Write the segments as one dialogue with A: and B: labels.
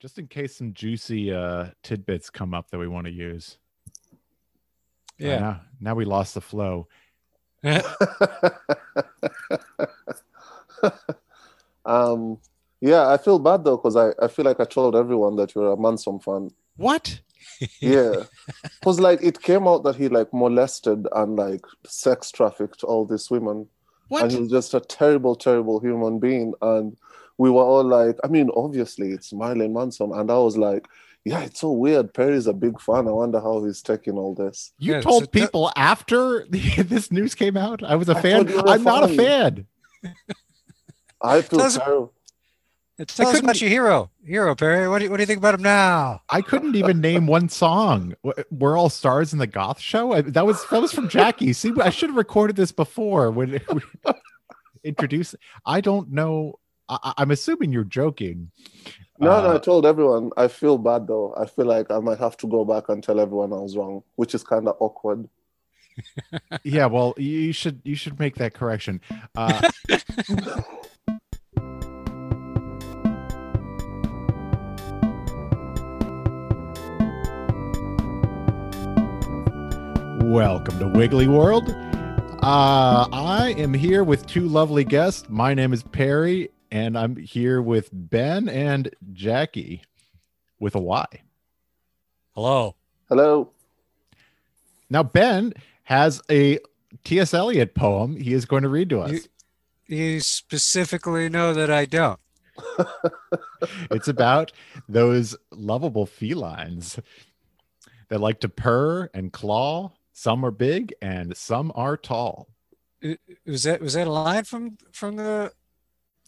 A: just in case some juicy uh, tidbits come up that we want to use. Uh,
B: Yeah.
A: now, now we lost the flow.
C: um, yeah, I feel bad though because I, I feel like I told everyone that you're a Manson fan.
B: what?
C: Yeah, because like it came out that he like molested and like sex trafficked all these women,
B: What?
C: and he was just a terrible, terrible human being. And we were all like, I mean, obviously it's Marilyn Manson, and I was like, yeah, it's so weird. Perry's a big fan. I wonder how he's taking all this.
A: You
B: Yeah,
A: told
B: so that-
A: people after this news came out I was a
C: I
A: fan.
C: thought you were
A: I'm not a
C: fine.
A: fan.
C: I feel
B: Doesn't-
C: terrible.
B: Tell us
A: couldn't-
B: about your hero, hero Perry. What do you, what do you think about him now?
A: I couldn't even name one song. W- We're all stars in the goth show. I, that was that was from Jackie. See, I should have recorded this before when it- we introduced. I don't know. I, I- I'm assuming you're joking.
C: No, no, I
A: Uh,
C: told everyone. I feel bad though. I feel like I might have to go back and tell everyone I was wrong, which is kind of awkward.
A: Yeah, well, you should you should make that correction. Uh, Welcome to Wiggly World. Uh, I am here with two lovely guests. My name is Perry, and I'm here with Ben and Jackie with a Y.
B: Hello.
C: Hello.
A: Now, Ben has a T.S. Eliot poem he is going to read to us.
B: You- You specifically know that I don't.
A: it's about those lovable felines that like to purr and claw. Some are big and some are tall.
B: Was that was that a line from from the?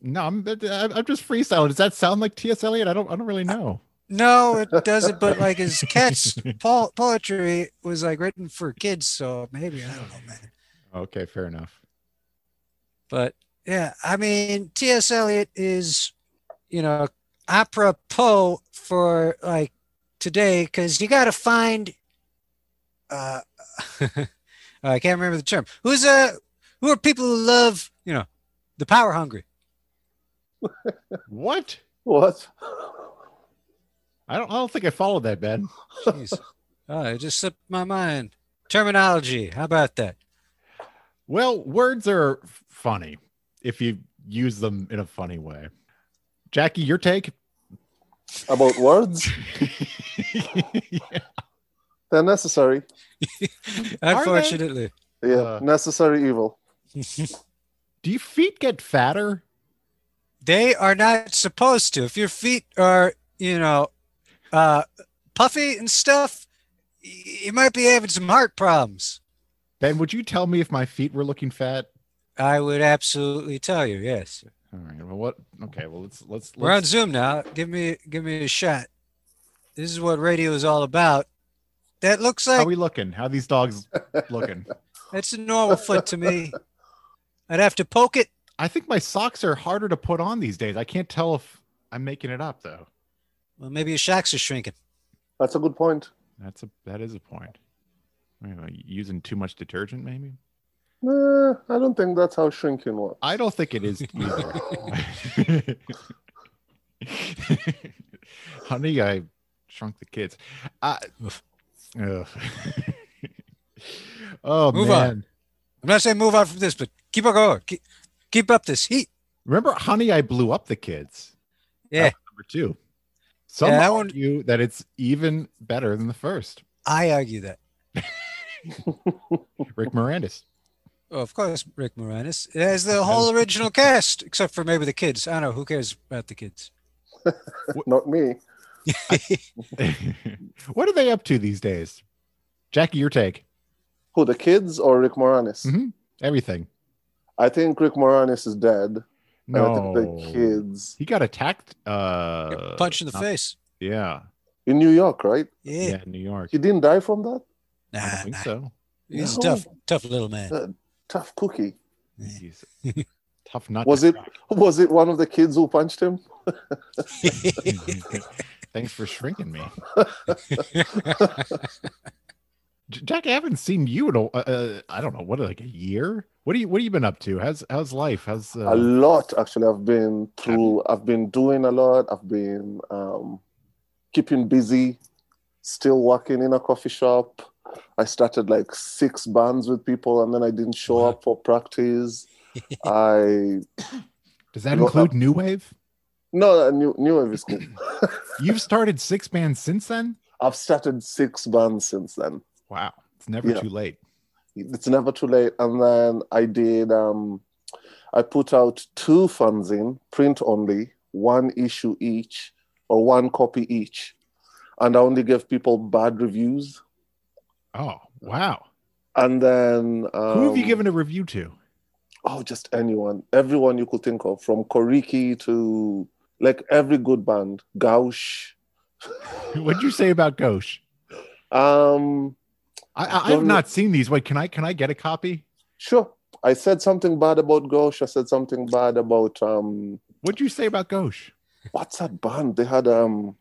A: No, I'm I'm I'm just freestyling. Does that sound like T.S. Eliot? I don't I don't really know.
B: No, it doesn't. But like his cat's po- poetry was like written for kids, so maybe I don't know, man.
A: Okay, fair enough.
B: But yeah, I mean, T.S. Eliot is, you know, apropos for like today because you got to find. uh I can't remember the term. Who's uh Who are people who love you know, the power hungry?
A: What?
C: What?
A: I don't I don't think I followed that, Ben.
B: Jeez. Oh, it just slipped my mind. Terminology. How about that?
A: Well, words are f- funny if you use them in a funny way. Jackie, your take?
C: About words? They're necessary.
A: they?
B: Unfortunately.
C: Yeah,
A: Uh.
C: necessary evil.
A: Do your feet get fatter?
B: They are not supposed to. If your feet are, you know, uh, puffy and stuff, y- you might be having some heart problems.
A: Ben, would you tell me if my feet were looking fat?
B: I would absolutely tell you. Yes.
A: All right. Well, what? Okay. Well, let's let's
B: We're on
A: let's,
B: Zoom now. Give me, give me a shot. This is what radio is all about. That looks
A: how
B: like
A: we looking? How these dogs looking?
B: that's a normal foot to me. I'd have to poke it.
A: I think my socks are harder to put on these days. I can't tell if I'm making it up though.
B: Well, maybe your shacks are shrinking.
C: That's a good point.
A: That's a that is a point. I mean, using too much detergent, maybe.
C: Nah, I don't think that's how shrinking works.
A: I don't think it is either. Honey, I shrunk the kids. Uh, ugh. oh
B: Move on.
A: man.
B: I'm not saying move on from this, but keep on going. Keep, keep up this heat.
A: Remember, honey, I blew up the kids.
B: Yeah.
A: That was number two. Some
B: Yeah, that one-
A: argue that it's even better than the first.
B: I argue that.
A: Rick Moranis.
B: Oh, of course, Rick Moranis. It has the whole original cast, except for maybe the kids. I don't know. Who cares about the kids?
C: Not me.
A: what are they up to these days? Jackie, your take.
C: Who, the kids or Rick Moranis?
A: Mhm. Everything.
C: I think Rick Moranis is dead. and I
A: No.
C: think the kids
A: He got attacked. Uh,
B: Punch in the
A: not-
B: face.
A: Yeah.
C: in New York, right?
B: Yeah.
A: Yeah, in New York.
C: He didn't die from that?
A: I
B: Nah,
A: think
B: nah.
A: so.
B: He's a
C: No. Uh,
B: tough, tough little man.
C: Tough cookie.
B: Yeah.
A: He's tough nut.
C: Was
A: to
C: it was it one of the kids who punched him?
A: crack. Thanks for shrinking me. J- Jack, I haven't seen you in a, uh, I don't know, what, like a year? What do you, what have you been up to? How's, how's life? How's,
C: a
A: uh,
C: lot actually i've been through i've been doing a lot i've been um keep him busy, still working in a coffee shop. I started like six bands with people and then I didn't show
B: Wow.
C: up for practice. I
A: Does that
C: Well,
A: include New Wave?
C: no new new wave is cool.
A: You've started six bands since then?
C: I've started six bands since then.
A: Wow. It's never
C: Yeah.
A: too late.
C: It's never too late. And then I did um I put out two fanzine, print only, one issue each or one copy each. And I only gave people bad reviews.
A: Oh, wow.
C: And then um,
A: Who have you given a review to?
C: oh, just anyone, everyone you could think of, from Koriki to like every good band, Gauche.
A: What'd you say about Gauche?
C: Um,
A: I, I, I've
C: Don't-
A: not seen these. Wait, can I can I get a copy?
C: sure, I said something bad about Gauche. I said something bad about um,
A: What'd you say about Gauche?
C: what's that band? They had um,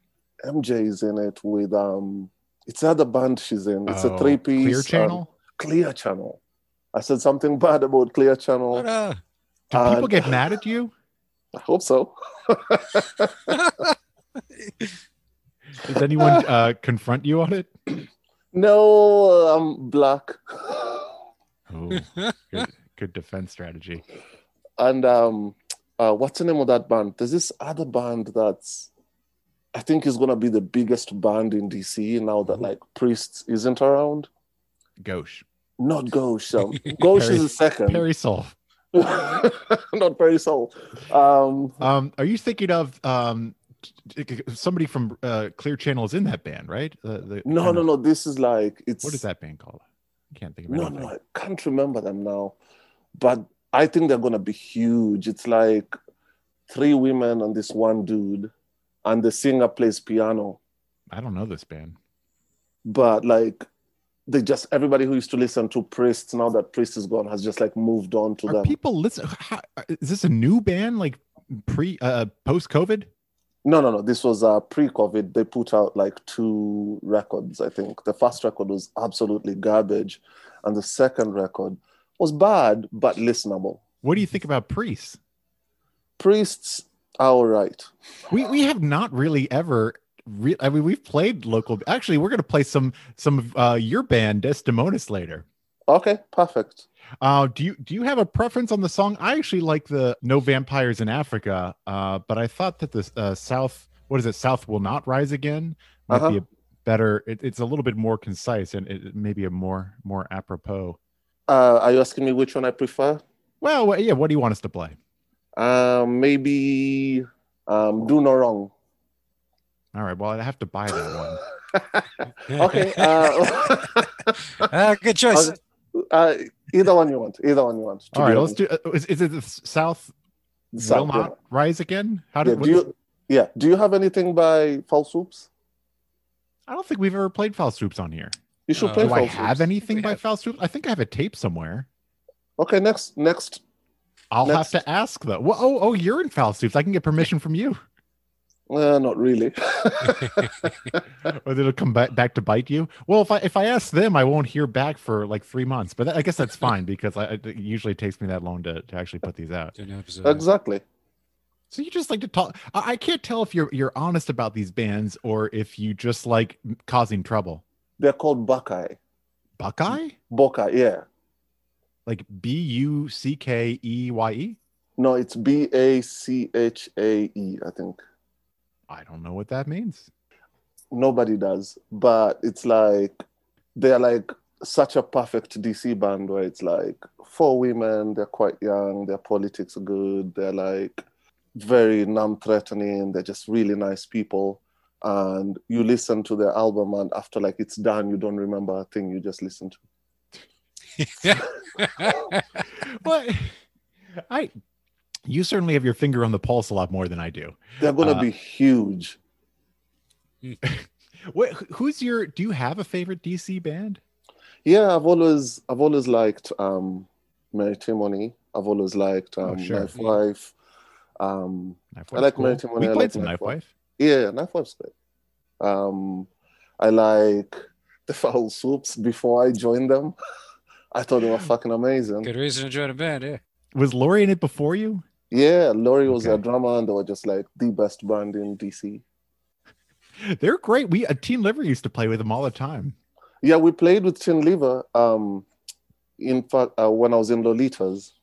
C: MJ's in it with um, it's not the band she's in. It's
A: Oh,
C: a three piece um, uh,
A: Clear Channel.
C: Clear Channel. I said something bad about Clear Channel.
B: What a-
A: Do
C: uh,
A: people get mad at you?
C: I hope so.
A: Does anyone uh, confront you on it?
C: No, I'm black.
A: Oh, good, good defense strategy.
C: and um uh what's the name of that band there's this other band that's i think is going to be the biggest band in dc now that
A: Who?
C: like priest isn't around
A: Gauche,
C: not ghost um, ghost is
A: Perry-
C: the second
A: Perry Soul.
C: not very soul um
A: Um, are you thinking of um, t- t- somebody from uh, Clear Channel is in that band, right? The, the
C: no
A: kind
C: no
A: of-
C: no this is like it's
A: What is that band called? I can't think of
C: no
A: anything.
C: no i can't remember them now but i think they're going to be huge it's like three women and this one dude and the singer plays piano
A: I don't know this band.
C: but like they just everybody who used to listen to Priest now that Priest is gone has just like moved on to
A: Are
C: them.
A: people listen? How, is this a new band, like pre uh, post COVID?
C: no, no, no. This was uh, pre-COVID. They put out like two records, I think. The first record was absolutely garbage, and the second record was bad but listenable.
A: What do you think about Priest?
C: Priests, all right.
A: We we have not really ever. Re- I mean, we've played local. Actually, we're gonna play some some of uh, your band Desdemonas later.
C: Okay, perfect.
A: Uh, do you do you have a preference on the song? I actually like the No Vampires in Africa, uh, but I thought that the uh, South, what is it? South will not rise again. Might be
C: Uh-huh.
A: a better. It, it's a little bit more concise and it, it maybe a more more apropos.
C: Uh, are you asking me which one I prefer?
A: Well, wh- yeah. What do you want us to play?
C: Um, maybe um, Do No Wrong.
A: All right. Well, I have to buy that one.
C: Okay. Uh,
B: Ah, good choice.
C: Uh, uh, either one you want. Either one you want. to
A: All
C: be
A: right. Let's
C: honest.
A: do. Uh, is, is it the S- South
C: South
A: will not rise again? How
C: Yeah,
A: did?
C: do you? Yeah. Do you have anything by False Swoops?
A: I don't think we've ever played Foul Swoops on here.
C: You should
B: Uh,
C: play
A: Do I
C: False
A: have
C: Swoops.
A: anything
B: We
A: by
B: have-
A: Foul Swoops? I think I have a tape somewhere.
C: Okay. Next. Next.
A: I'll
C: Next.
A: have to ask though. Well, oh, oh, you're in foul suits. I can get permission from you,
C: Uh, not really.
A: or it'll come back, back to bite you. Well, if I if I ask them, I won't hear back for like three months. But I guess that's fine because I, it usually takes me that long to, to actually put these out.
B: Do an episode.
C: exactly.
A: So you just like to talk. I, I can't tell if you're you're honest about these bands or if you just like causing trouble.
C: They're called Buckeye.
A: Buckeye,
C: Buckeye. Yeah.
A: like B U C K E Y E.
C: No, it's B A C H A E. I think
A: I don't know what that means.
C: nobody does, but it's like they're like such a perfect DC band where it's like four women. They're quite young. Their politics are good. They're like very non-threatening. They're just really nice people. And you listen to their album, and after like it's done, you don't remember a thing you just listened to.
A: What? I. You certainly have your finger on the pulse a lot more than I do.
C: They're gonna
A: Uh,
C: be huge.
A: What, who's your? Do you have a favorite DC band?
C: Yeah, I've always I've always liked um, Mary Timony. I've always liked
A: Oh,
C: um,
A: sure.
C: Knife Wife. Um,
A: Knife
C: I
A: Wife's
C: like Maritime
A: We
C: Money, I
A: played
C: like
A: some
C: Knife
A: Knife
C: Wife.
A: Wife.
C: Yeah, Knife Wife's great. Um, I like the Foul Swoops before I joined them. I thought they were fucking amazing.
B: Good reason to join a band, yeah.
A: Was Lori in it before you?
C: Yeah, Laurie was
A: Okay.
C: their drummer and they were just like the best band in DC.
A: They're great. We uh, Teen Liver used to play with them all the time.
C: Yeah, we played with Chin Lever. Um, in fact, uh, when I was in Lolitas,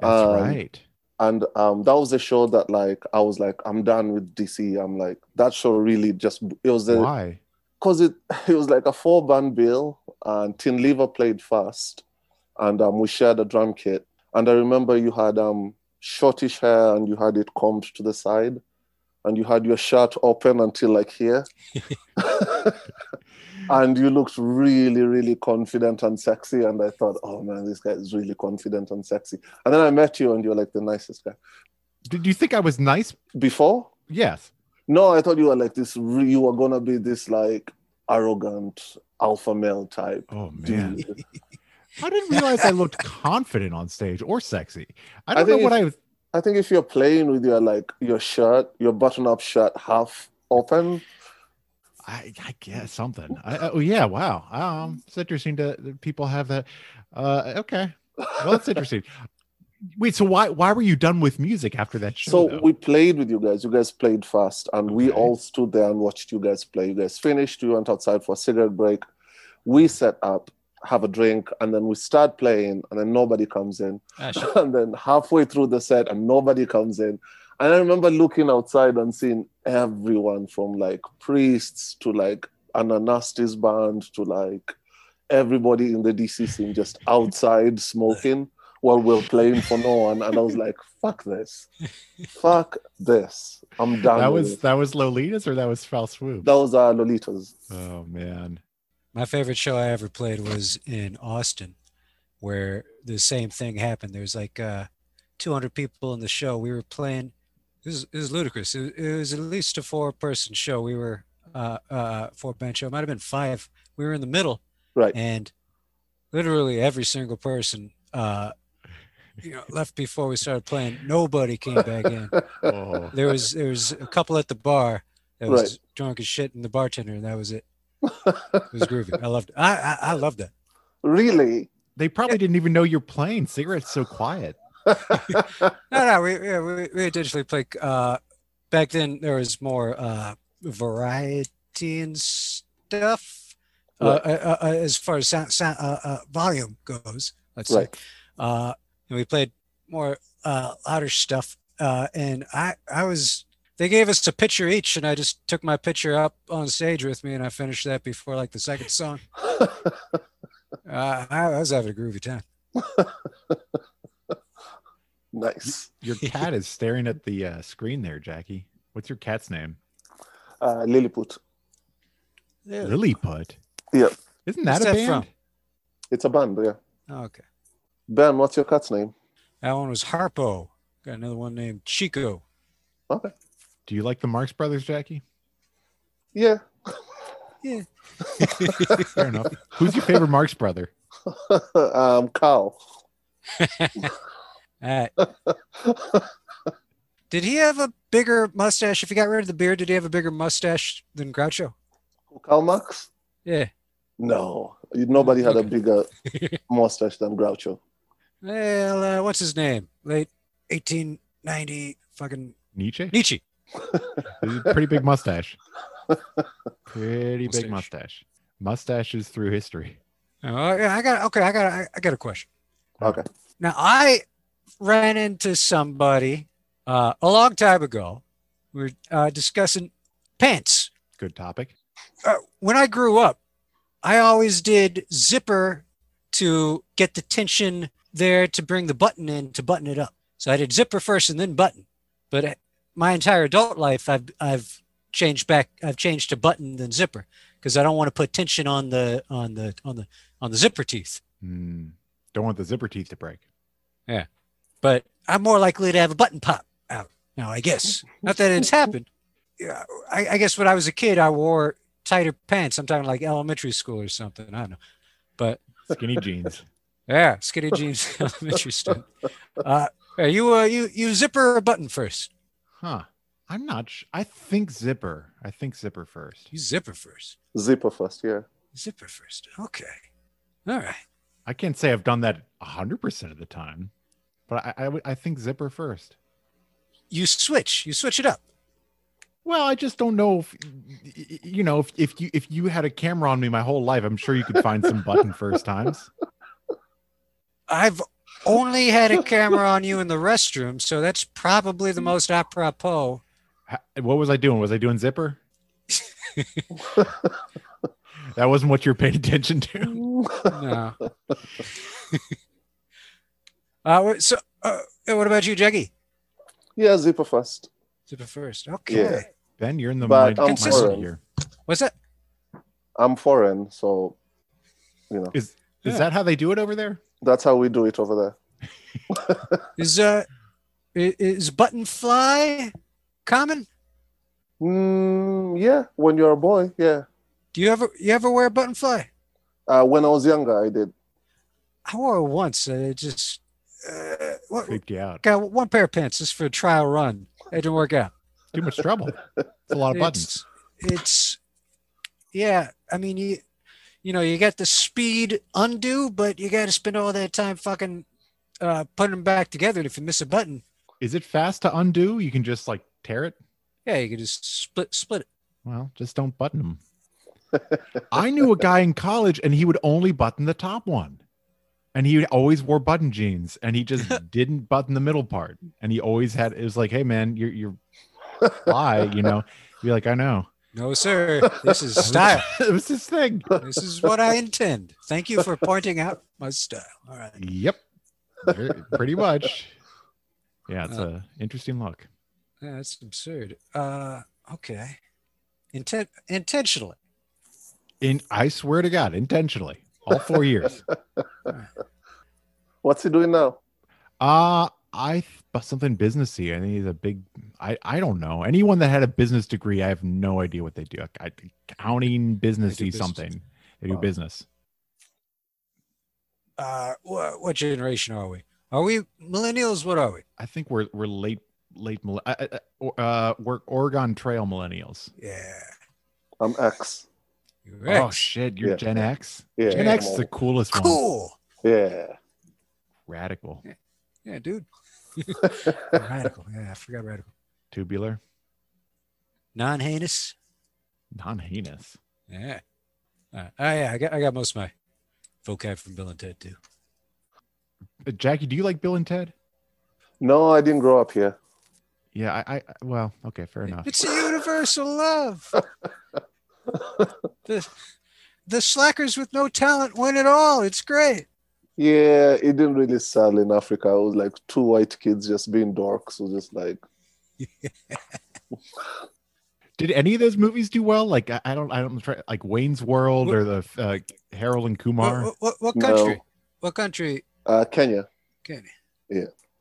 A: That's
C: Um,
A: right.
C: and um, that was a show that like I was like, I'm done with DC. I'm like, that show really just it was a
A: Why?
C: because it it was like a four band bill, and Tin Lever played first, and um, we shared a drum kit. And I remember you had um shortish hair, and you had it combed to the side, and you had your shirt open until like here, and you looked really, really confident and sexy. And I thought, oh man, this guy is really confident and sexy. And then I met you, and you're like the nicest guy.
A: Did you think I was nice?
C: Before
A: Yes.
C: no, I thought you were like this. re- You were gonna be this like arrogant alpha male type.
A: Oh man.
C: dude.
A: I didn't realize I looked confident on stage or sexy. I
C: I
A: don't know
C: think
A: what I was.
C: I think if you're playing with your like your shirt, your button-up shirt half open,
A: I, I guess something. I, I- oh yeah, wow. Um, it's interesting to that people have that. Uh, okay, well, that's interesting. Wait, so why why were you done with music after that show?
C: so
A: though?
C: we played with you guys. You guys played first, and we
A: Okay.
C: all stood there and watched you guys play. You guys finished. We went outside for a cigarette break. We set up, have a drink, and then we start playing, and then nobody comes in.
B: Ah, shit.
C: and then halfway through the set and nobody comes in and i remember looking outside and seeing everyone from like priests to like ananastis band to like everybody in the dc scene just outside smoking while we're playing for no one and i was like fuck this fuck this i'm done
A: that
C: with
A: was
C: it.
A: that was Lolitas or that was Foul Swoop.
C: that was uh, lolitas
A: Oh man,
B: My favorite show I ever played was in Austin, where the same thing happened. There was like uh, 200 people in the show. We were playing. This is, this is ludicrous. It, it was at least a four-person show. We were uh, uh, four-band show. It might have been five. We were in the middle,
C: Right.
B: And literally every single person, uh, you know, left before we started playing. Nobody came back in.
A: oh,
B: There was there was a couple at the bar that was drunk as shit, and the bartender, and that was it. It was groovy. I loved. It. I I, I loved that.
C: really
A: they probably didn't even know you're playing. Cigarettes so quiet.
B: No, no, we yeah, we, we intentionally played. Uh, back then there was more uh, variety and stuff uh,
C: Right.
B: uh, uh, uh, as far as sound, sound uh, uh, volume goes. Let's
C: right
B: say, uh, and we played more uh, louder stuff. Uh, and I I was they gave us a picture each, and I just took my picture up on stage with me, and I finished that before like the second song. Uh, I, I was having a groovy time.
C: nice
A: Your cat is staring at the uh, screen there, Jackie. What's your cat's name?
C: uh, lilliput
A: Lilliput.
C: Yeah.
A: Isn't that
B: What's
A: a
B: that
A: band?
B: from?
C: it's a band yeah
B: Okay.
C: ben what's your cat's name
B: That one was Harpo. Got another one named Chico.
C: okay
A: Do you like the Marx Brothers, Jackie?
C: yeah
A: Fair enough. Who's your favorite Marx brother?
C: um, cow.
B: All right. Uh, did he have a bigger mustache? If he got rid of the beard, did he have a bigger mustache than Groucho?
C: Karl Marx?
B: Yeah.
C: No, nobody had a
B: Okay.
C: bigger mustache than Groucho.
B: Well, uh, what's his name? Late 1890 fucking
A: Nietzsche?
B: Nietzsche.
A: This is a pretty big mustache. Pretty big mustache.
B: Mustache.
A: Mustaches through history.
B: Oh, yeah, I got okay. I got I, I got a question.
C: Okay.
B: Now I ran into somebody uh, a long time ago. We were uh, discussing pants.
A: Good topic.
B: uh, when I grew up, I always did zipper to get the tension there to bring the button in to button it up. So I did zipper first and then button. But uh, my entire adult life, I've I've changed back. I've changed to button then zipper because I don't want to put tension on the on the on the on the zipper teeth.
A: Hmm. Don't want the zipper teeth to break.
B: But I'm more likely to have a button pop out now. I guess not that it's happened. Yeah, I, I guess when I was a kid, I wore tighter pants. I'm talking like elementary school or something. I don't know, but
A: Skinny jeans.
B: Yeah, skinny jeans, elementary student. Uh, are you uh, you you zipper or button first?
A: Huh. I'm not. Sh- I think zipper. I think zipper first.
B: You zipper first.
C: Zipper first, yeah.
B: Zipper first. Okay. All right.
A: I can't say I've done that 100% of the time, but I, I, would- I think zipper first.
B: You switch. You switch it up.
A: Well, I just don't know if you know if, if you if you had a camera on me my whole life, I'm sure you could find some button first times.
B: I've only had a camera on you in the restroom, so that's probably the most apropos.
A: Ha- What was I doing? Was I doing zipper? That wasn't what you were paying attention to.
B: No. uh, wait, so, uh, what about you, Jackie?
C: yeah, zipper first.
B: Zipper first. Okay.
C: Yeah.
A: Ben, you're in the mind
C: But
B: I'm
A: minority
C: foreign.
A: here.
B: What's that?
C: I'm foreign, so you know
A: Is
B: Yeah.
A: that how they do it over there?
C: that's how we do it over there.
B: Is uh, i- is button fly common?
C: Mm, yeah, when you're a boy, yeah.
B: Do you ever you ever wear button fly?
C: Uh, when I was younger, I did.
B: I wore it once. Uh, it just uh, what,
A: Creeped you out.
B: got one pair of pants just for a trial run. It didn't work out.
A: Too much trouble. It's a lot of buttons.
B: It's, it's yeah. I mean you you know you got the speed undo, but you got to spend all that time fucking uh, putting them back together. And if you miss a button,
A: Is it fast to undo? You can just like tear it.
B: yeah, you can just split split it.
A: Well, just don't button them. I knew a guy in college and he would only button the top one. And he always wore button jeans and he just didn't button the middle part. And he always had it was like, hey man, you're you're why, you know. Be like, I know.
B: No sir, this is style.
A: it was his thing.
B: this is what I intend. Thank you for pointing out my style. All right.
A: Yep. Very- Pretty much. Yeah, it's a interesting look.
B: Yeah, that's absurd. Uh, okay. Inten- intentionally.
A: In I swear to God, intentionally. All four years.
C: What's he doing now?
A: Uh I but something businessy. I think he's a big. I I don't know anyone that had a business degree. I have no idea what they do. Like, I, accounting, businessy,
B: business.
A: something. They do
C: Wow.
A: business.
B: Uh, what, what generation are we? Are we millennials? What are we?
A: I think we're we're late late mille- uh, uh, or- uh we're Oregon Trail millennials.
B: Yeah.
C: I'm X.
B: You're
A: Oh
B: right.
A: shit, you're
C: Yeah.
A: Gen X.
C: Yeah,
A: Gen
B: Yeah.
A: X is the coolest one.
B: cool.
C: yeah.
A: Radical,
B: Yeah, dude. radical. Yeah, I forgot radical.
A: tubular,
B: Non heinous.
A: non heinous.
B: Yeah. Uh, oh, yeah. I got, I got most of my vocab from Bill and Ted, too.
A: Uh, Jackie, do you like Bill and Ted?
C: No, I didn't grow up here.
A: Yeah, I, I I- well, okay, fair enough.
B: It's a universal love. the, the slackers with no talent win it all. It's great.
C: Yeah, it didn't really sell in Africa. It was like two white kids just being dorks. So just like,
A: Did any of those movies do well? Like I, I don't, I don't try like Wayne's World
B: Wh-
A: or the uh, Harold and Kumar.
B: What, what, what
C: No.
B: country? What country?
C: uh, Kenya.
B: Kenny?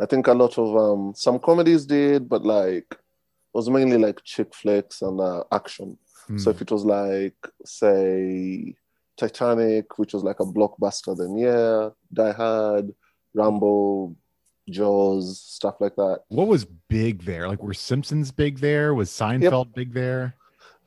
C: I think a lot of um, some comedies did, but like it was mainly like chick flicks and uh, action.
A: Hmm.
C: So if it was like say Titanic, which was like a blockbuster, then yeah, Die Hard, Rambo, Jaws, stuff like that.
A: what was big there? Like were Simpsons big there? Was Seinfeld big there?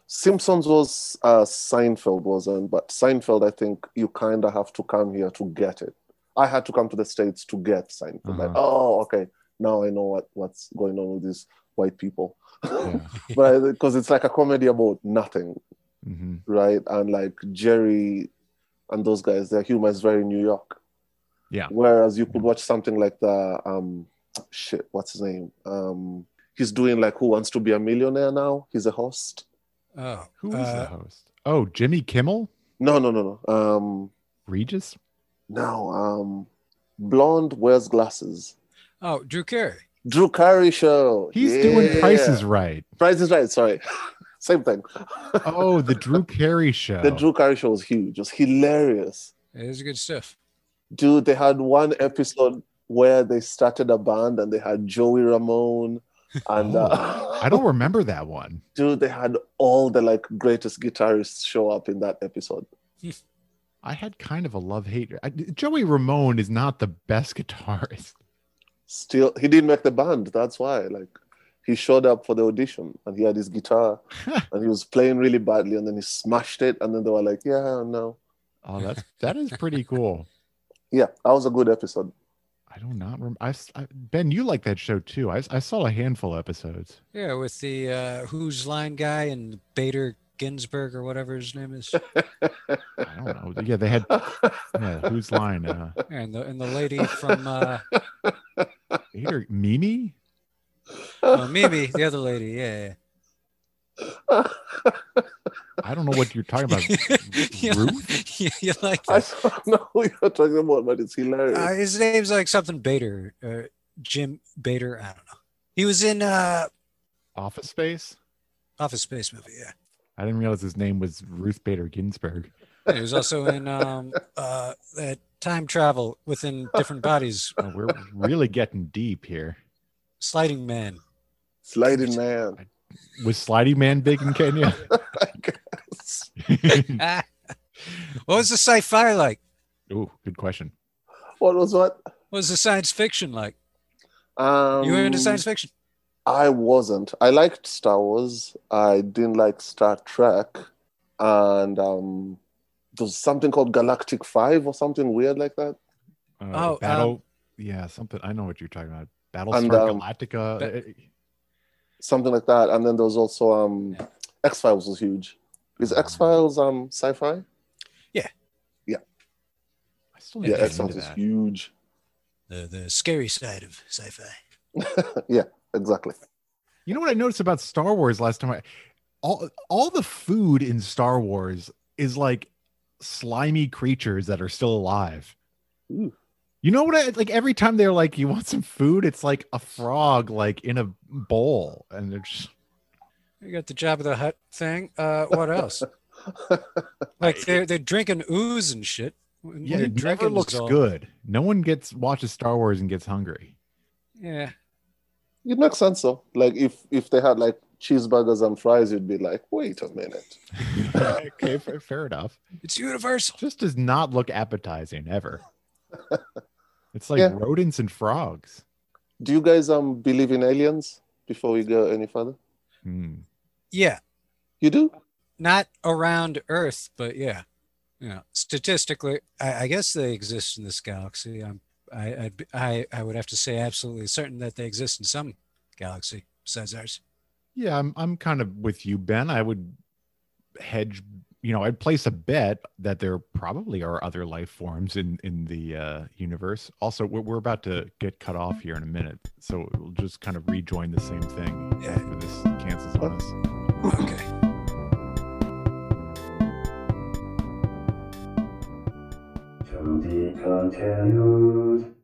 C: Simpsons was uh, Seinfeld wasn't, but Seinfeld, I think you kind of have to come here to get it. I had to come to the states to get Seinfeld. Like,
A: Uh-huh.
C: oh, okay, now I know what what's going on with these white people,
A: Yeah.
C: but because it's like a comedy about nothing,
A: hmm
C: right? And like Jerry and those guys, their humor is very New York.
A: Yeah.
C: Whereas you could watch something like the um, shit, what's his name? Um, he's doing like Who Wants to Be a Millionaire now? He's a host.
B: Oh,
A: Who was the
B: uh,
A: host? Oh, Jimmy Kimmel,
C: No, no, no, no. Um,
A: Regis.
C: no, um, blonde wears glasses.
B: oh, Drew Carey.
C: Drew Carey show.
A: He's
C: Yeah.
A: doing Prices Right.
C: Price is right. Sorry, same thing.
A: Oh, the Drew Carey show.
C: The Drew Carey show was huge. It was hilarious,
B: It is good stuff.
C: dude. They had one episode where they started a band and they had Joey Ramone, and uh,
A: I don't remember that one.
C: dude, they had all the like greatest guitarists show up in that episode.
A: I had kind of a love hate. I- Joey Ramone is not the best guitarist.
C: Still, he didn't make the band. That's why, like. He showed up for the audition and he had his guitar and he was playing really badly and then he smashed it and then they were like yeah no
A: oh, that's that is pretty cool.
C: yeah that was a good episode
A: I do not remember. I, s- I- Ben, you like that show too. I, s- I saw a handful of episodes.
B: Yeah, with the uh, Who's Line guy and Bader Ginsburg or whatever his name is,
A: I don't know. Yeah, they had yeah, whose line? Uh,
B: and the and the lady from uh,
A: Peter Mimi.
B: oh, Mimi, the other lady. Yeah,
A: I don't know what you're talking about.
B: yeah. you,
A: Ruth.
B: you, you like
C: I
B: that?
C: don't know who you're talking about, but it's hilarious.
B: Uh, his name's like something Bader, uh, Jim Bader. I don't know. He was in uh,
A: Office Space.
B: Office Space movie. Yeah.
A: I didn't realize his name was Ruth Bader Ginsburg.
B: He was also in um, uh, that time travel within different bodies,
A: Oh, we're really getting deep here.
B: Sliding Man.
C: Sliding man.
A: Was Sliding Man big in Kenya?
C: I guess.
B: Ah. what was the sci-fi like?
A: Ooh, good question.
C: What was what?
B: What was the science fiction like?
C: Um,
B: You were into science fiction.
C: I wasn't. I liked Star Wars. I didn't like Star Trek, and um, there's something called Galactic Five or something weird like that.
A: Uh,
B: Oh,
A: battle. yeah, something. I know what you're talking about. Battlestar
C: And, um,
A: Galactica.
B: Ba-
A: eh, eh,
C: Something like that. And then there was also um, X Files was huge. Is X Files um sci-fi?
A: I still need
C: Yeah,
A: to get
C: X Files
A: into
C: is
A: that.
C: huge.
B: The the scary side of sci-fi.
C: Exactly.
A: You know what I noticed about Star Wars last time? I, all all the food in Star Wars is like slimy creatures that are still alive.
C: Ooh.
A: You know what? I, like every time they're like, "You want some food?" It's like a frog, like in a bowl, and they're just
B: You got the Job of the Hut thing. Uh, what else? like they're they're drinking ooze and shit. When
A: yeah.
B: you're
A: It never
B: drinking
A: looks
B: is all-
A: good. No one gets watches Star Wars and gets hungry.
B: Yeah.
C: It makes sense though. Like if if they had like cheeseburgers and fries, you'd be like, wait a minute.
A: okay, fair, fair enough.
B: It's universal.
A: Just does not look appetizing ever. It's like
C: Yeah.
A: rodents and frogs.
C: Do you guys um believe in aliens? Before we go any further,
A: Hmm.
B: Yeah.
C: you do?
B: Not around Earth, but yeah. You know, statistically, I, I guess they exist in this galaxy. I'm, I, I'd, be- I, I would have to say absolutely certain that they exist in some galaxy besides ours.
A: Yeah, I'm I'm kind of with you, Ben. I would hedge, you know, I'd place a bet that there probably are other life forms in in the uh, universe. Also, we're, we're about to get cut off here in a minute, so we'll just kind of rejoin the same thing
B: Yeah.
A: after this cancels on us.
B: Okay.
D: To be continued.